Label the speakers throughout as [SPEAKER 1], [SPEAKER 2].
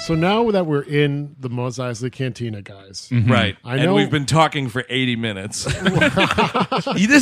[SPEAKER 1] So now that we're in the Mos Eisley Cantina, guys,
[SPEAKER 2] Mm-hmm.
[SPEAKER 3] Right.
[SPEAKER 1] I
[SPEAKER 3] And
[SPEAKER 1] know-
[SPEAKER 3] we've been talking for 80 minutes.
[SPEAKER 2] This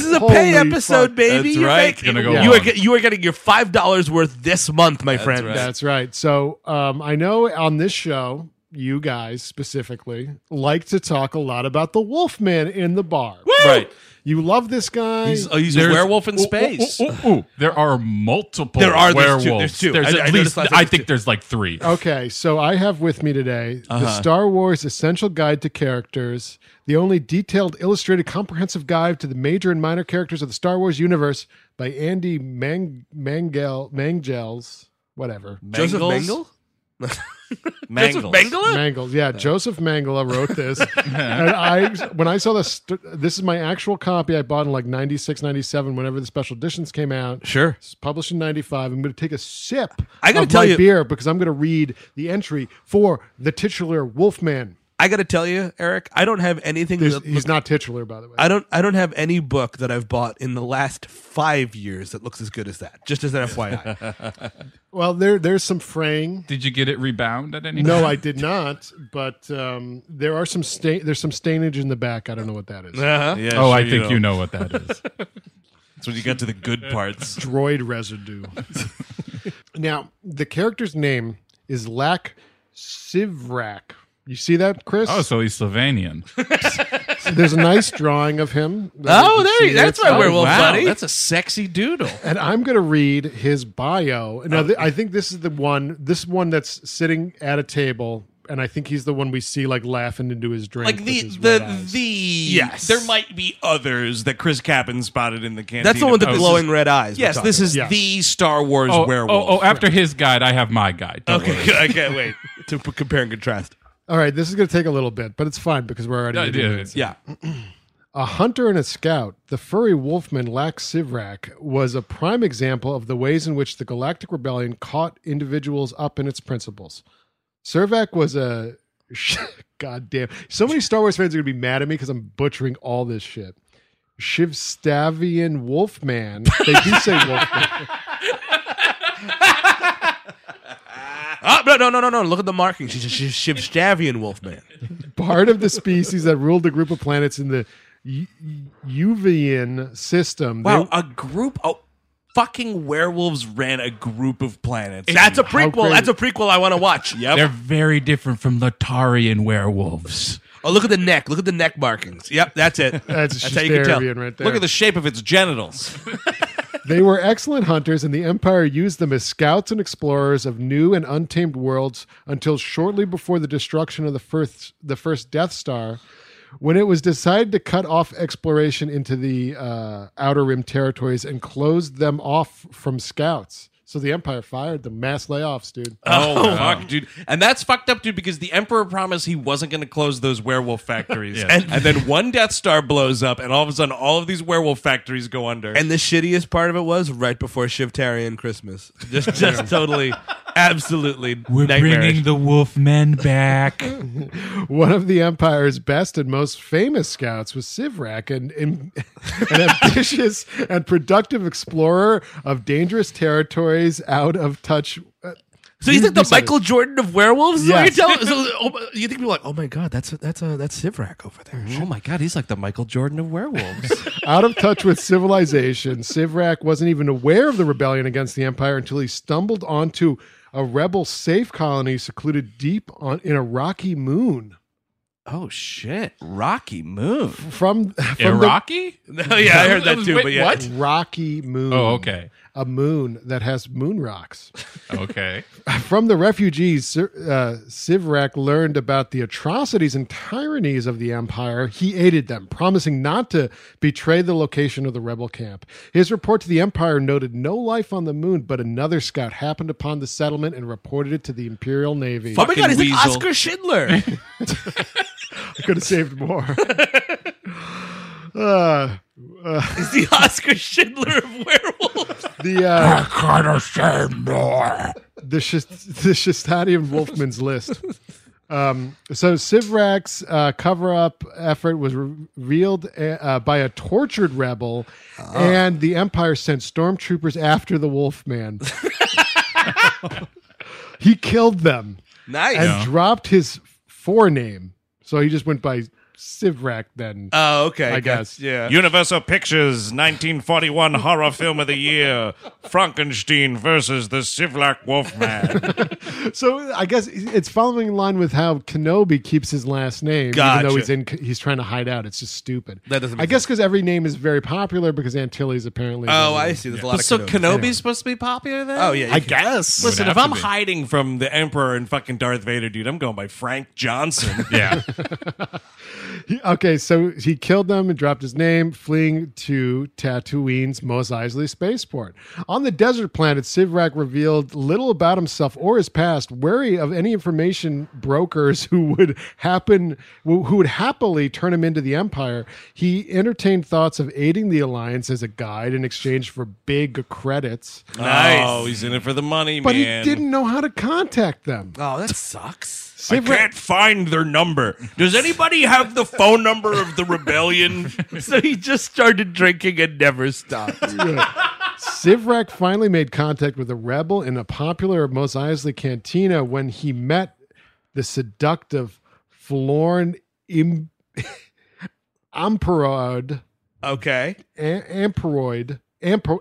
[SPEAKER 2] is a
[SPEAKER 1] Holy
[SPEAKER 2] pay episode,
[SPEAKER 1] fuck.
[SPEAKER 2] baby.
[SPEAKER 3] That's
[SPEAKER 2] You're
[SPEAKER 3] right.
[SPEAKER 2] making-
[SPEAKER 4] Gonna go
[SPEAKER 2] you, are,
[SPEAKER 4] long.
[SPEAKER 2] get- you are getting your five dollars worth this month, my friend.
[SPEAKER 3] right.
[SPEAKER 1] that's right. So um, I know on this show, you guys specifically like to talk a lot about the Wolfman in the bar.
[SPEAKER 3] right.
[SPEAKER 1] You love this guy.
[SPEAKER 3] He's, oh, he's a
[SPEAKER 4] There's-
[SPEAKER 3] werewolf in
[SPEAKER 4] Ooh, ooh,
[SPEAKER 3] space.
[SPEAKER 4] ooh, ooh, ooh. There are multiple
[SPEAKER 2] There are- there's
[SPEAKER 4] werewolves.
[SPEAKER 2] two- there's two. I-
[SPEAKER 4] at
[SPEAKER 2] I noticed
[SPEAKER 4] least,
[SPEAKER 2] last
[SPEAKER 4] I
[SPEAKER 2] week
[SPEAKER 4] think
[SPEAKER 2] too.
[SPEAKER 4] there's like three.
[SPEAKER 1] Okay, so I have with me today the
[SPEAKER 3] Uh-huh.
[SPEAKER 1] Star Wars Essential Guide to Characters, the only detailed, illustrated, comprehensive guide to the major and minor characters of the Star Wars universe by Andy Mang- Mangel Mangels, whatever.
[SPEAKER 2] Joseph
[SPEAKER 3] Mangles?
[SPEAKER 2] Mangle? Joseph
[SPEAKER 3] Mangles.
[SPEAKER 2] Mangala?
[SPEAKER 1] Mangels, yeah. Joseph Mangala wrote this, and I when I saw this, st- this is my actual copy I bought in like 96, 97, whenever the special editions came out.
[SPEAKER 2] Sure.
[SPEAKER 1] It's published in 95. I'm going to take a sip
[SPEAKER 2] I gotta
[SPEAKER 1] of
[SPEAKER 2] tell
[SPEAKER 1] my
[SPEAKER 2] you-
[SPEAKER 1] beer because I'm going to read the entry for the titular Wolfman.
[SPEAKER 2] I gotta tell you, Eric, I don't have anything.
[SPEAKER 1] He's,
[SPEAKER 2] That,
[SPEAKER 1] he's not titular, by the way.
[SPEAKER 2] I don't. I don't have any book that I've bought in the last five years that looks as good as that. Just as an FYI,
[SPEAKER 1] well, there there's some fraying.
[SPEAKER 4] Did you get it rebound at any
[SPEAKER 1] No, I did not. But um, there are some stain. There's some stainage in the back. I don't know what that is.
[SPEAKER 2] uh-huh.
[SPEAKER 3] Yeah,
[SPEAKER 4] Oh,
[SPEAKER 3] sure
[SPEAKER 4] I think you
[SPEAKER 3] don't.
[SPEAKER 4] know what that is.
[SPEAKER 3] It's when you get to the good parts.
[SPEAKER 1] Droid residue. now the character's name is Lack Sivrak. You see that, Chris?
[SPEAKER 4] Oh, so he's Slovenian.
[SPEAKER 1] There's a nice drawing of him. that
[SPEAKER 2] Oh,
[SPEAKER 1] can
[SPEAKER 2] there
[SPEAKER 1] see.
[SPEAKER 2] you- that's my
[SPEAKER 1] Oh,
[SPEAKER 2] werewolf
[SPEAKER 3] wow,
[SPEAKER 2] buddy.
[SPEAKER 3] that's a sexy doodle.
[SPEAKER 1] And I'm going to read his bio. Now, th- I think this is the one. This one that's sitting at a table, and I think he's the one we see like laughing into his drink.
[SPEAKER 3] Like
[SPEAKER 1] with
[SPEAKER 3] the
[SPEAKER 1] his
[SPEAKER 3] the
[SPEAKER 1] red eyes.
[SPEAKER 3] the
[SPEAKER 2] Yes.
[SPEAKER 3] There might be others that Chris Kappen spotted in the canteen.
[SPEAKER 2] that's the one with the
[SPEAKER 3] but this
[SPEAKER 2] glowing
[SPEAKER 3] is-
[SPEAKER 2] red eyes. we're
[SPEAKER 3] Yes,
[SPEAKER 2] talking
[SPEAKER 3] this is
[SPEAKER 1] Yeah.
[SPEAKER 3] the Star Wars
[SPEAKER 4] Oh, oh,
[SPEAKER 3] werewolf.
[SPEAKER 4] oh, after his guide, I have my guide. Don't
[SPEAKER 2] about.
[SPEAKER 4] worry.
[SPEAKER 2] oh, Okay, I can't wait to p- compare and contrast.
[SPEAKER 1] All right, this is going to take a little bit, but it's fine because we're already.
[SPEAKER 4] No,
[SPEAKER 1] at
[SPEAKER 4] it
[SPEAKER 1] the end.
[SPEAKER 4] is.
[SPEAKER 2] Yeah,
[SPEAKER 1] A hunter and a scout, the furry wolfman Lax Sivrak was a prime example of the ways in which the Galactic Rebellion caught individuals up in its principles. Servac was a. goddamn. So many Star Wars fans are going to be mad at me because I'm butchering all this shit. Shivstavian Wolfman. They do say Wolfman.
[SPEAKER 2] Ah, no, no, no, no, no. Look at the marking. She's a Shiv- Shivstavian wolfman.
[SPEAKER 1] Part of the species that ruled the group of planets in the U- Uvian system. They-
[SPEAKER 3] Wow, a group of fucking werewolves ran a group of planets.
[SPEAKER 2] That's a
[SPEAKER 1] great.
[SPEAKER 2] prequel. That's a prequel I want to watch. Yep.
[SPEAKER 4] They're very different from Latarian werewolves.
[SPEAKER 2] Oh, look at the neck. Look at the neck markings. Yep, that's it.
[SPEAKER 1] That's,
[SPEAKER 2] how you can tell.
[SPEAKER 1] Shivstavian right there.
[SPEAKER 3] Look at the shape of its genitals.
[SPEAKER 1] They were excellent hunters, and the Empire used them as scouts and explorers of new and untamed worlds until shortly before the destruction of the first, the first Death Star, when it was decided to cut off exploration into the uh, Outer Rim territories and closed them off from scouts. So the Empire fired them. Mass layoffs, dude.
[SPEAKER 3] Oh, fuck, dude. And that's fucked up, dude, because the Emperor promised he wasn't going to close those werewolf factories. and, and then one Death Star blows up, and all of a sudden, all of these werewolf factories go under.
[SPEAKER 2] And the shittiest part of it was right before Shivtarian Christmas. Just, just totally, absolutely.
[SPEAKER 4] We're
[SPEAKER 2] nightmarish.
[SPEAKER 4] bringing the wolfmen back.
[SPEAKER 1] One of the Empire's best and most famous scouts was Sivrak, an, an ambitious and productive explorer of dangerous territories out of touch.
[SPEAKER 2] So he's like the
[SPEAKER 1] You said it.
[SPEAKER 2] Michael Jordan of werewolves. Is that
[SPEAKER 1] Yes.
[SPEAKER 2] what you're telling- so, oh, my- you think people are like, oh my god, that's that's uh, that's Sivrak over there.
[SPEAKER 3] oh my God, he's like the Michael Jordan of werewolves.
[SPEAKER 1] Out of touch with civilization, Sivrak wasn't even aware of the rebellion against the Empire until he stumbled onto a rebel safe colony secluded deep on, in a rocky moon.
[SPEAKER 3] oh, shit. Rocky Moon.
[SPEAKER 1] From, from
[SPEAKER 4] Iraqi?
[SPEAKER 2] No, yeah, I heard that too.
[SPEAKER 4] Wait,
[SPEAKER 2] but yeah,
[SPEAKER 4] what?
[SPEAKER 1] the rocky moon.
[SPEAKER 4] Oh, okay.
[SPEAKER 1] A moon that has moon rocks.
[SPEAKER 4] Okay.
[SPEAKER 1] From the refugees, Sir- uh, Sivrak learned about the atrocities and tyrannies of the Empire. He aided them, promising not to betray the location of the rebel camp. His report to the Empire noted no life on the moon, but another scout happened upon the settlement and reported it to the Imperial Navy.
[SPEAKER 2] Oh my god, he's
[SPEAKER 3] Fucking
[SPEAKER 2] like
[SPEAKER 3] weasel.
[SPEAKER 2] Oscar Schindler.
[SPEAKER 1] Could have saved more. Uh,
[SPEAKER 2] he's the Oscar Schindler of werewolves.
[SPEAKER 1] the uh,
[SPEAKER 4] Kind of shame more.
[SPEAKER 1] the Shis- the Shistadian Wolfman's list. Um, so Sivrak's uh, cover-up effort was re- revealed uh, by a tortured rebel, and the Empire sent stormtroopers after the Wolfman. he killed them.
[SPEAKER 2] Nice.
[SPEAKER 1] and dropped his forename. So he just went by Sivrak then.
[SPEAKER 2] oh, okay.
[SPEAKER 1] I
[SPEAKER 2] got-
[SPEAKER 1] guess.
[SPEAKER 2] Yeah.
[SPEAKER 3] Universal Pictures 1941 horror film of the year Frankenstein versus the Sivlak Wolfman.
[SPEAKER 1] so I guess it's following in line with how Kenobi keeps his last name, even
[SPEAKER 2] Gotcha.
[SPEAKER 1] though he's in he's trying to hide out. It's just stupid.
[SPEAKER 2] That doesn't make
[SPEAKER 1] I guess because every name is very popular because Antilles apparently.
[SPEAKER 2] oh,
[SPEAKER 1] I.
[SPEAKER 2] I see. There's a lot of
[SPEAKER 3] so
[SPEAKER 2] Kenobi.
[SPEAKER 3] Kenobi's supposed to be popular then?
[SPEAKER 2] Oh yeah. you
[SPEAKER 5] I
[SPEAKER 2] can-
[SPEAKER 5] guess.
[SPEAKER 3] Listen,
[SPEAKER 5] Would
[SPEAKER 3] if
[SPEAKER 5] have
[SPEAKER 3] I'm
[SPEAKER 5] to be.
[SPEAKER 3] hiding from the Emperor and fucking Darth Vader, dude, I'm going by Frank Johnson.
[SPEAKER 5] yeah,
[SPEAKER 1] He- okay, so he killed them and dropped his name, fleeing to Tatooine's Mos Eisley spaceport. On the desert planet, Sivrak revealed little about himself or his past, wary of any information brokers who would happen who who would happily turn him into the Empire. He entertained thoughts of aiding the Alliance as a guide in exchange for big credits,
[SPEAKER 3] nice. Oh, he's in it for the money,
[SPEAKER 1] but
[SPEAKER 3] man.
[SPEAKER 1] he didn't know how to contact them.
[SPEAKER 2] Oh, that sucks.
[SPEAKER 3] I
[SPEAKER 1] Sivrak-
[SPEAKER 3] can't find their number. Does anybody have the phone number of the rebellion?
[SPEAKER 5] so he just started drinking and never stopped.
[SPEAKER 1] Sivrak finally made contact with a rebel in a popular Mos Eisley cantina when he met the seductive Florn Im- Amperoid.
[SPEAKER 2] Okay.
[SPEAKER 1] A- Amperoid. Amper-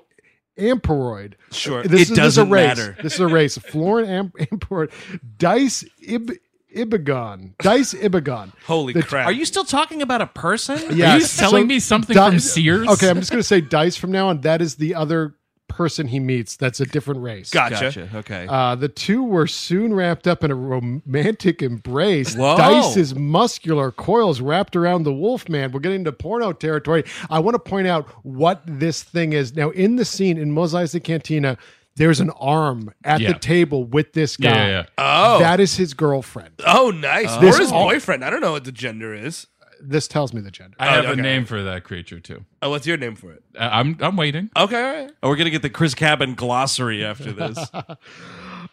[SPEAKER 1] Amperoid.
[SPEAKER 2] Sure.
[SPEAKER 1] This is, this is
[SPEAKER 3] It
[SPEAKER 1] a
[SPEAKER 3] doesn't
[SPEAKER 1] race.
[SPEAKER 3] matter.
[SPEAKER 1] This is a race. Florin Am- Amperoid. Dice Ib- Ibagon. Dice Ibagon.
[SPEAKER 2] Holy
[SPEAKER 1] The-
[SPEAKER 2] crap.
[SPEAKER 3] Are you still talking about a person?
[SPEAKER 1] Yeah,
[SPEAKER 4] Are you selling me something from Sears?
[SPEAKER 1] Okay, I'm just going to say Dice from now on. That is the other person he meets. That's a different race.
[SPEAKER 2] Gotcha.
[SPEAKER 3] Okay.
[SPEAKER 1] Uh, the two were soon wrapped up in a romantic embrace.
[SPEAKER 3] Whoa.
[SPEAKER 1] Dice's muscular coils wrapped around the Wolfman. We're getting into porno territory. I want to point out what this thing is. Now, in the scene in Mos Eisley Cantina, there's an arm at
[SPEAKER 4] Yeah.
[SPEAKER 1] the table with this guy.
[SPEAKER 4] Yeah, yeah, yeah.
[SPEAKER 1] Oh. That is his girlfriend.
[SPEAKER 2] Oh, nice.
[SPEAKER 1] This-
[SPEAKER 2] or his boyfriend. I don't know what the gender is.
[SPEAKER 1] This tells me the gender.
[SPEAKER 4] I have
[SPEAKER 2] okay.
[SPEAKER 4] a name for that creature too.
[SPEAKER 3] Uh,
[SPEAKER 2] Oh, what's your name for it?
[SPEAKER 4] I- I'm I'm waiting.
[SPEAKER 2] Okay. All right.
[SPEAKER 3] Oh, we're gonna get the Chris Cabin glossary after this.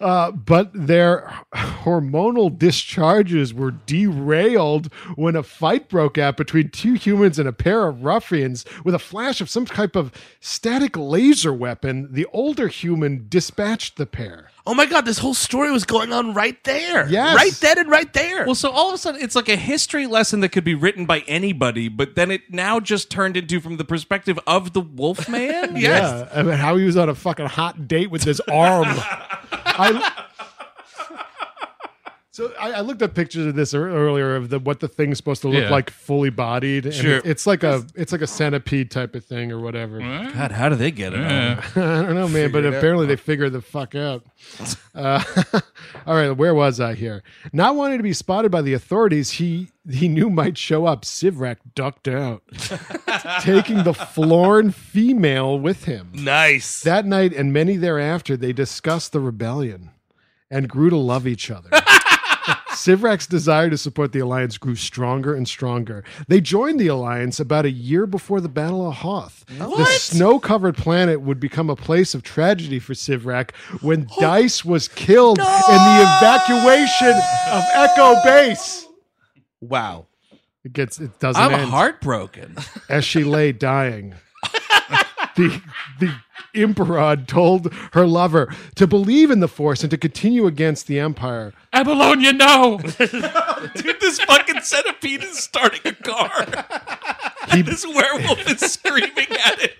[SPEAKER 1] but their hormonal discharges were derailed when a fight broke out between two humans and a pair of ruffians with a flash of some type of static laser weapon the older human dispatched the pair
[SPEAKER 2] Oh my God! This whole story was going on right there.
[SPEAKER 1] Yes.
[SPEAKER 2] Right then and right there.
[SPEAKER 3] well, so all of a sudden, it's like a history lesson that could be written by anybody, but then it now just turned into from the perspective of the Wolf Man.
[SPEAKER 1] yeah I mean, how he was on a fucking hot date with this arm I, so I, I looked up pictures of this ear- earlier of the what the thing's supposed to look
[SPEAKER 4] Yeah.
[SPEAKER 1] like fully bodied and
[SPEAKER 2] Sure.
[SPEAKER 1] it- it's like a it's like a centipede type of thing or whatever
[SPEAKER 3] God, how do they get it? Oh.
[SPEAKER 4] Yeah.
[SPEAKER 1] I don't know, man, but apparently they figured the fuck out. Uh, all right, where was I here? Not wanting to be spotted by the authorities, he he knew might show up. Sivrak ducked out, taking the Florn female with him.
[SPEAKER 2] nice.
[SPEAKER 1] That night and many thereafter, they discussed the rebellion and grew to love each other. Sivrak's desire to support the alliance grew stronger and stronger. They joined the alliance about a year before the Battle of Hoth. The snow-covered planet would become a place of tragedy for Sivrak when Dice was killed in the evacuation of Echo Base.
[SPEAKER 2] wow.
[SPEAKER 1] It gets it doesn't
[SPEAKER 3] I'm
[SPEAKER 1] end
[SPEAKER 3] heartbroken.
[SPEAKER 1] as she lay dying. the the Imperod told her lover to believe in the Force and to continue against the Empire.
[SPEAKER 4] Abalone, no.
[SPEAKER 3] Dude, this fucking centipede is starting a car. this werewolf is screaming at it.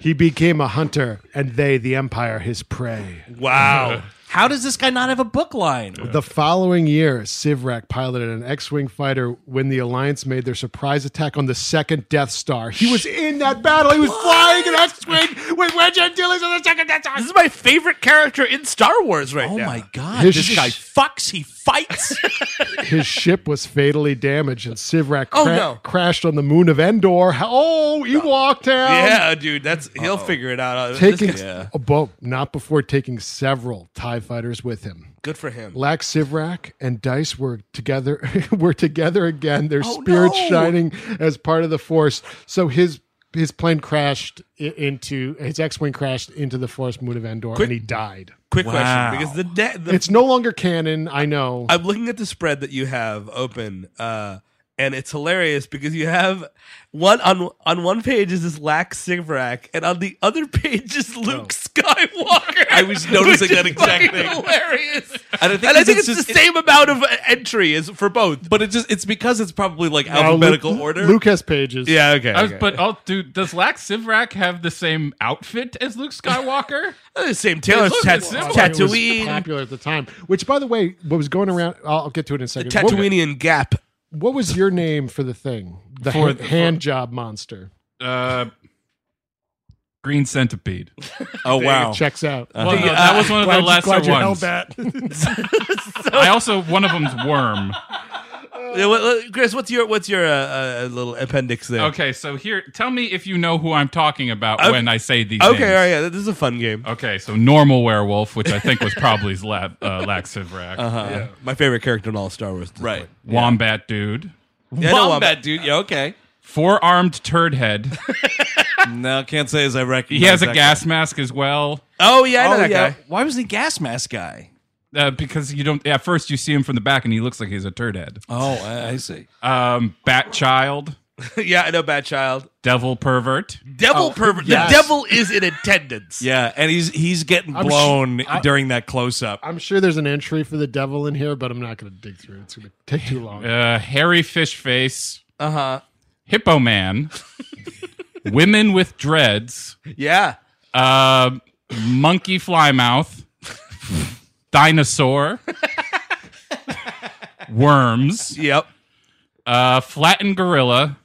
[SPEAKER 1] He became a hunter, and they, the Empire, his prey.
[SPEAKER 2] Wow.
[SPEAKER 3] How does this guy not have a book line?
[SPEAKER 1] The following year, Sivrak piloted an X-wing fighter when the Alliance made their surprise attack on the second Death Star. He was in that battle. He was flying an X-wing with Wedge Antilles on the second Death Star.
[SPEAKER 2] this is my favorite character in Star Wars right
[SPEAKER 3] Oh
[SPEAKER 2] now.
[SPEAKER 3] my god,
[SPEAKER 1] His
[SPEAKER 3] this
[SPEAKER 1] sh-
[SPEAKER 3] guy fucks, he fights.
[SPEAKER 1] His ship was fatally damaged, and Sivrak
[SPEAKER 2] Oh,
[SPEAKER 1] cra-
[SPEAKER 2] no.
[SPEAKER 1] crashed on the moon of Endor. Oh, Ewok Town!
[SPEAKER 2] Yeah, dude. That's he'll figure it out. Uh, this
[SPEAKER 1] taking
[SPEAKER 2] guy-
[SPEAKER 1] a boat, not before taking several Tie fighters with him.
[SPEAKER 2] Good for him.
[SPEAKER 1] Lack Sivrak and Dice were together. were together again. Their spirits shining as part of the Force. So his his plane crashed i- into his X-wing crashed into the Force moon of Endor, and he died.
[SPEAKER 2] Quick
[SPEAKER 3] Wow.
[SPEAKER 2] question, because the, de- the
[SPEAKER 1] It's no longer canon. I know.
[SPEAKER 2] I'm looking at the spread that you have open, uh, and it's hilarious because you have one on on one page is this Lack Sivrak, and on the other page is Luke Skywalker.
[SPEAKER 3] Oh. I was noticing
[SPEAKER 2] which
[SPEAKER 3] that
[SPEAKER 2] is
[SPEAKER 3] exact
[SPEAKER 2] fucking
[SPEAKER 3] thing.
[SPEAKER 2] Hilarious,
[SPEAKER 3] And I think
[SPEAKER 2] and I
[SPEAKER 3] it's
[SPEAKER 2] think it's,
[SPEAKER 3] just-
[SPEAKER 2] the
[SPEAKER 3] it-
[SPEAKER 2] same amount of entry as for both.
[SPEAKER 3] But it's just it's because it's probably like
[SPEAKER 1] Now,
[SPEAKER 3] alphabetical
[SPEAKER 1] Luke,
[SPEAKER 3] order.
[SPEAKER 1] Luke has pages.
[SPEAKER 2] Yeah, okay.
[SPEAKER 4] I was, but oh, dude, does Lax Sivrak have the same outfit as Luke Skywalker?
[SPEAKER 2] the Uh, same Taylor's
[SPEAKER 4] look,
[SPEAKER 2] tat-
[SPEAKER 4] it's similar.
[SPEAKER 1] Uh, It was
[SPEAKER 2] Tatooine,
[SPEAKER 1] popular at the time. Which, by the way, what was going around? I'll I'll get to it in a second. What-
[SPEAKER 2] Tatooinean Gap.
[SPEAKER 1] What, was your name for the thing? The
[SPEAKER 4] For
[SPEAKER 1] hand,
[SPEAKER 4] the-
[SPEAKER 1] hand job monster.
[SPEAKER 4] uh, green centipede.
[SPEAKER 3] oh wow.
[SPEAKER 1] Checks out.
[SPEAKER 2] Uh.
[SPEAKER 4] Well, no, that was one of the lesser
[SPEAKER 1] uh, glad you held
[SPEAKER 4] ones.
[SPEAKER 1] that.
[SPEAKER 4] I also one of them's worm.
[SPEAKER 2] Yeah, what- what- Chris, what's your what's your uh, uh, little appendix there?
[SPEAKER 4] Okay, so here, tell me if you know who I'm talking about when I say these.
[SPEAKER 2] Okay,
[SPEAKER 4] names.
[SPEAKER 2] all right, yeah, this is a fun game.
[SPEAKER 4] Okay, so normal werewolf, which I think was probably la- uh, Lax Sivrak.
[SPEAKER 1] Uh-huh.
[SPEAKER 2] Uh, My favorite character in all Star Wars. at this
[SPEAKER 3] Right.
[SPEAKER 2] point.
[SPEAKER 4] Wombat dude.
[SPEAKER 2] Yeah, I know
[SPEAKER 3] Wombat dude. Yeah, okay.
[SPEAKER 4] Four armed turd head.
[SPEAKER 3] No, can't say as I recognize.
[SPEAKER 4] He has a
[SPEAKER 3] that
[SPEAKER 4] gas mask as well.
[SPEAKER 2] Oh yeah, I
[SPEAKER 3] guy.
[SPEAKER 2] know
[SPEAKER 3] Oh,
[SPEAKER 2] that
[SPEAKER 3] yeah.
[SPEAKER 2] guy.
[SPEAKER 3] Why was the gas mask guy?
[SPEAKER 4] Uh, because you don't. At first, you see him from the back, and he looks like he's a turd head.
[SPEAKER 3] Oh, I, I see.
[SPEAKER 4] Um, bat child,
[SPEAKER 2] yeah, I know Bad Child.
[SPEAKER 4] devil pervert.
[SPEAKER 3] Oh,
[SPEAKER 2] Devil pervert.
[SPEAKER 1] yes.
[SPEAKER 2] The devil is in attendance.
[SPEAKER 3] Yeah, and he's he's getting
[SPEAKER 1] sh-
[SPEAKER 3] blown
[SPEAKER 1] I-
[SPEAKER 3] during that close up.
[SPEAKER 1] I'm sure there's an entry for the devil in here, but I'm not going to dig through. it. It's going to take too long.
[SPEAKER 4] Uh, hairy fish face.
[SPEAKER 2] Uh huh.
[SPEAKER 4] Hippo man. women with dreads.
[SPEAKER 2] Yeah.
[SPEAKER 4] Uh, monkey fly mouth. dinosaur. worms.
[SPEAKER 2] Yep.
[SPEAKER 4] Uh, flattened gorilla.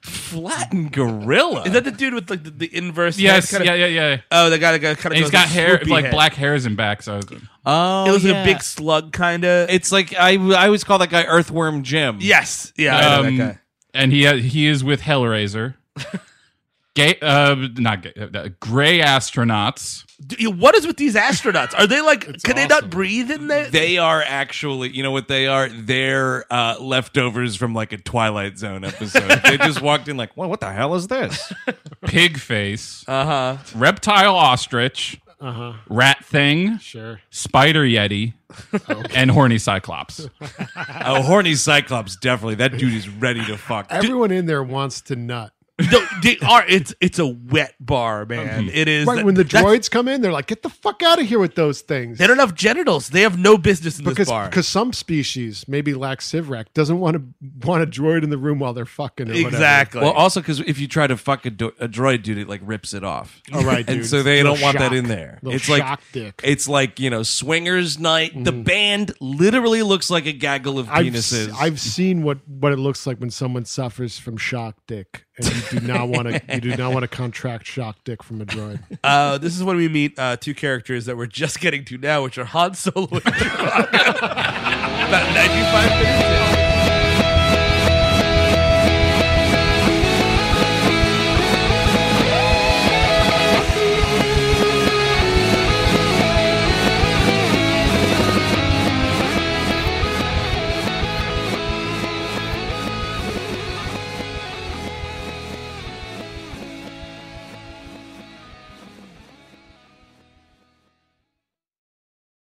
[SPEAKER 3] Flattened gorilla.
[SPEAKER 2] Is that the dude with like the, the inverse?
[SPEAKER 4] Yes,
[SPEAKER 2] head
[SPEAKER 4] yeah,
[SPEAKER 2] kinda,
[SPEAKER 4] yeah, yeah.
[SPEAKER 2] Oh, the guy that kind of.
[SPEAKER 4] And he's got hair, like black hairs and back. So
[SPEAKER 3] oh,
[SPEAKER 2] It was like a big slug, kind of.
[SPEAKER 3] It's like I, I always call that guy Earthworm Jim.
[SPEAKER 2] Yes. Yeah. I know
[SPEAKER 4] Um,
[SPEAKER 2] that guy.
[SPEAKER 4] and he he is with Hellraiser. gay, uh, not gay, uh, gray astronauts.
[SPEAKER 2] Dude, you- what is with these astronauts? Are they like? can they not breathe in there?
[SPEAKER 3] They are actually, you know what they are? They're uh, leftovers from like a Twilight Zone episode. they just walked in like, well, what the hell is this?
[SPEAKER 4] pig face,
[SPEAKER 2] Uh huh.
[SPEAKER 4] reptile ostrich, rat thing,
[SPEAKER 1] Sure.
[SPEAKER 4] spider yeti, and horny cyclops.
[SPEAKER 3] A horny Cyclops, definitely. That dude is ready to fuck.
[SPEAKER 1] Everyone in there wants to nut.
[SPEAKER 2] No, they are. It's it's a wet bar, man. It is.
[SPEAKER 1] Right when the
[SPEAKER 2] that's-
[SPEAKER 1] droids come in, they're like, "Get the fuck out of here with those things."
[SPEAKER 2] They don't have genitals. They have no business in
[SPEAKER 1] because
[SPEAKER 2] this bar.
[SPEAKER 1] because some species, maybe lax Sivrak, doesn't want to want a droid in the room while they're fucking. Or whatever.
[SPEAKER 2] Exactly.
[SPEAKER 3] well, also because if you try to fuck a, do- a droid dude, it like rips it off.
[SPEAKER 1] All right,
[SPEAKER 3] and
[SPEAKER 1] dude.
[SPEAKER 3] so they
[SPEAKER 1] Little
[SPEAKER 3] don't want that
[SPEAKER 1] shock.
[SPEAKER 3] in there.
[SPEAKER 1] Little
[SPEAKER 3] it's like
[SPEAKER 1] shock dick. Mm-hmm.
[SPEAKER 3] it's like you know swingers night. The band literally looks like a gaggle of
[SPEAKER 1] I've,
[SPEAKER 3] penises.
[SPEAKER 1] s- I've seen what, what it looks like when someone suffers from shock dick, and you do not want to you do not want to contract shock dick from a droid.
[SPEAKER 2] Uh, this is when we meet uh, two characters that we're just getting to now, which are Han Solo and Chewbacca. About 95 minutes in.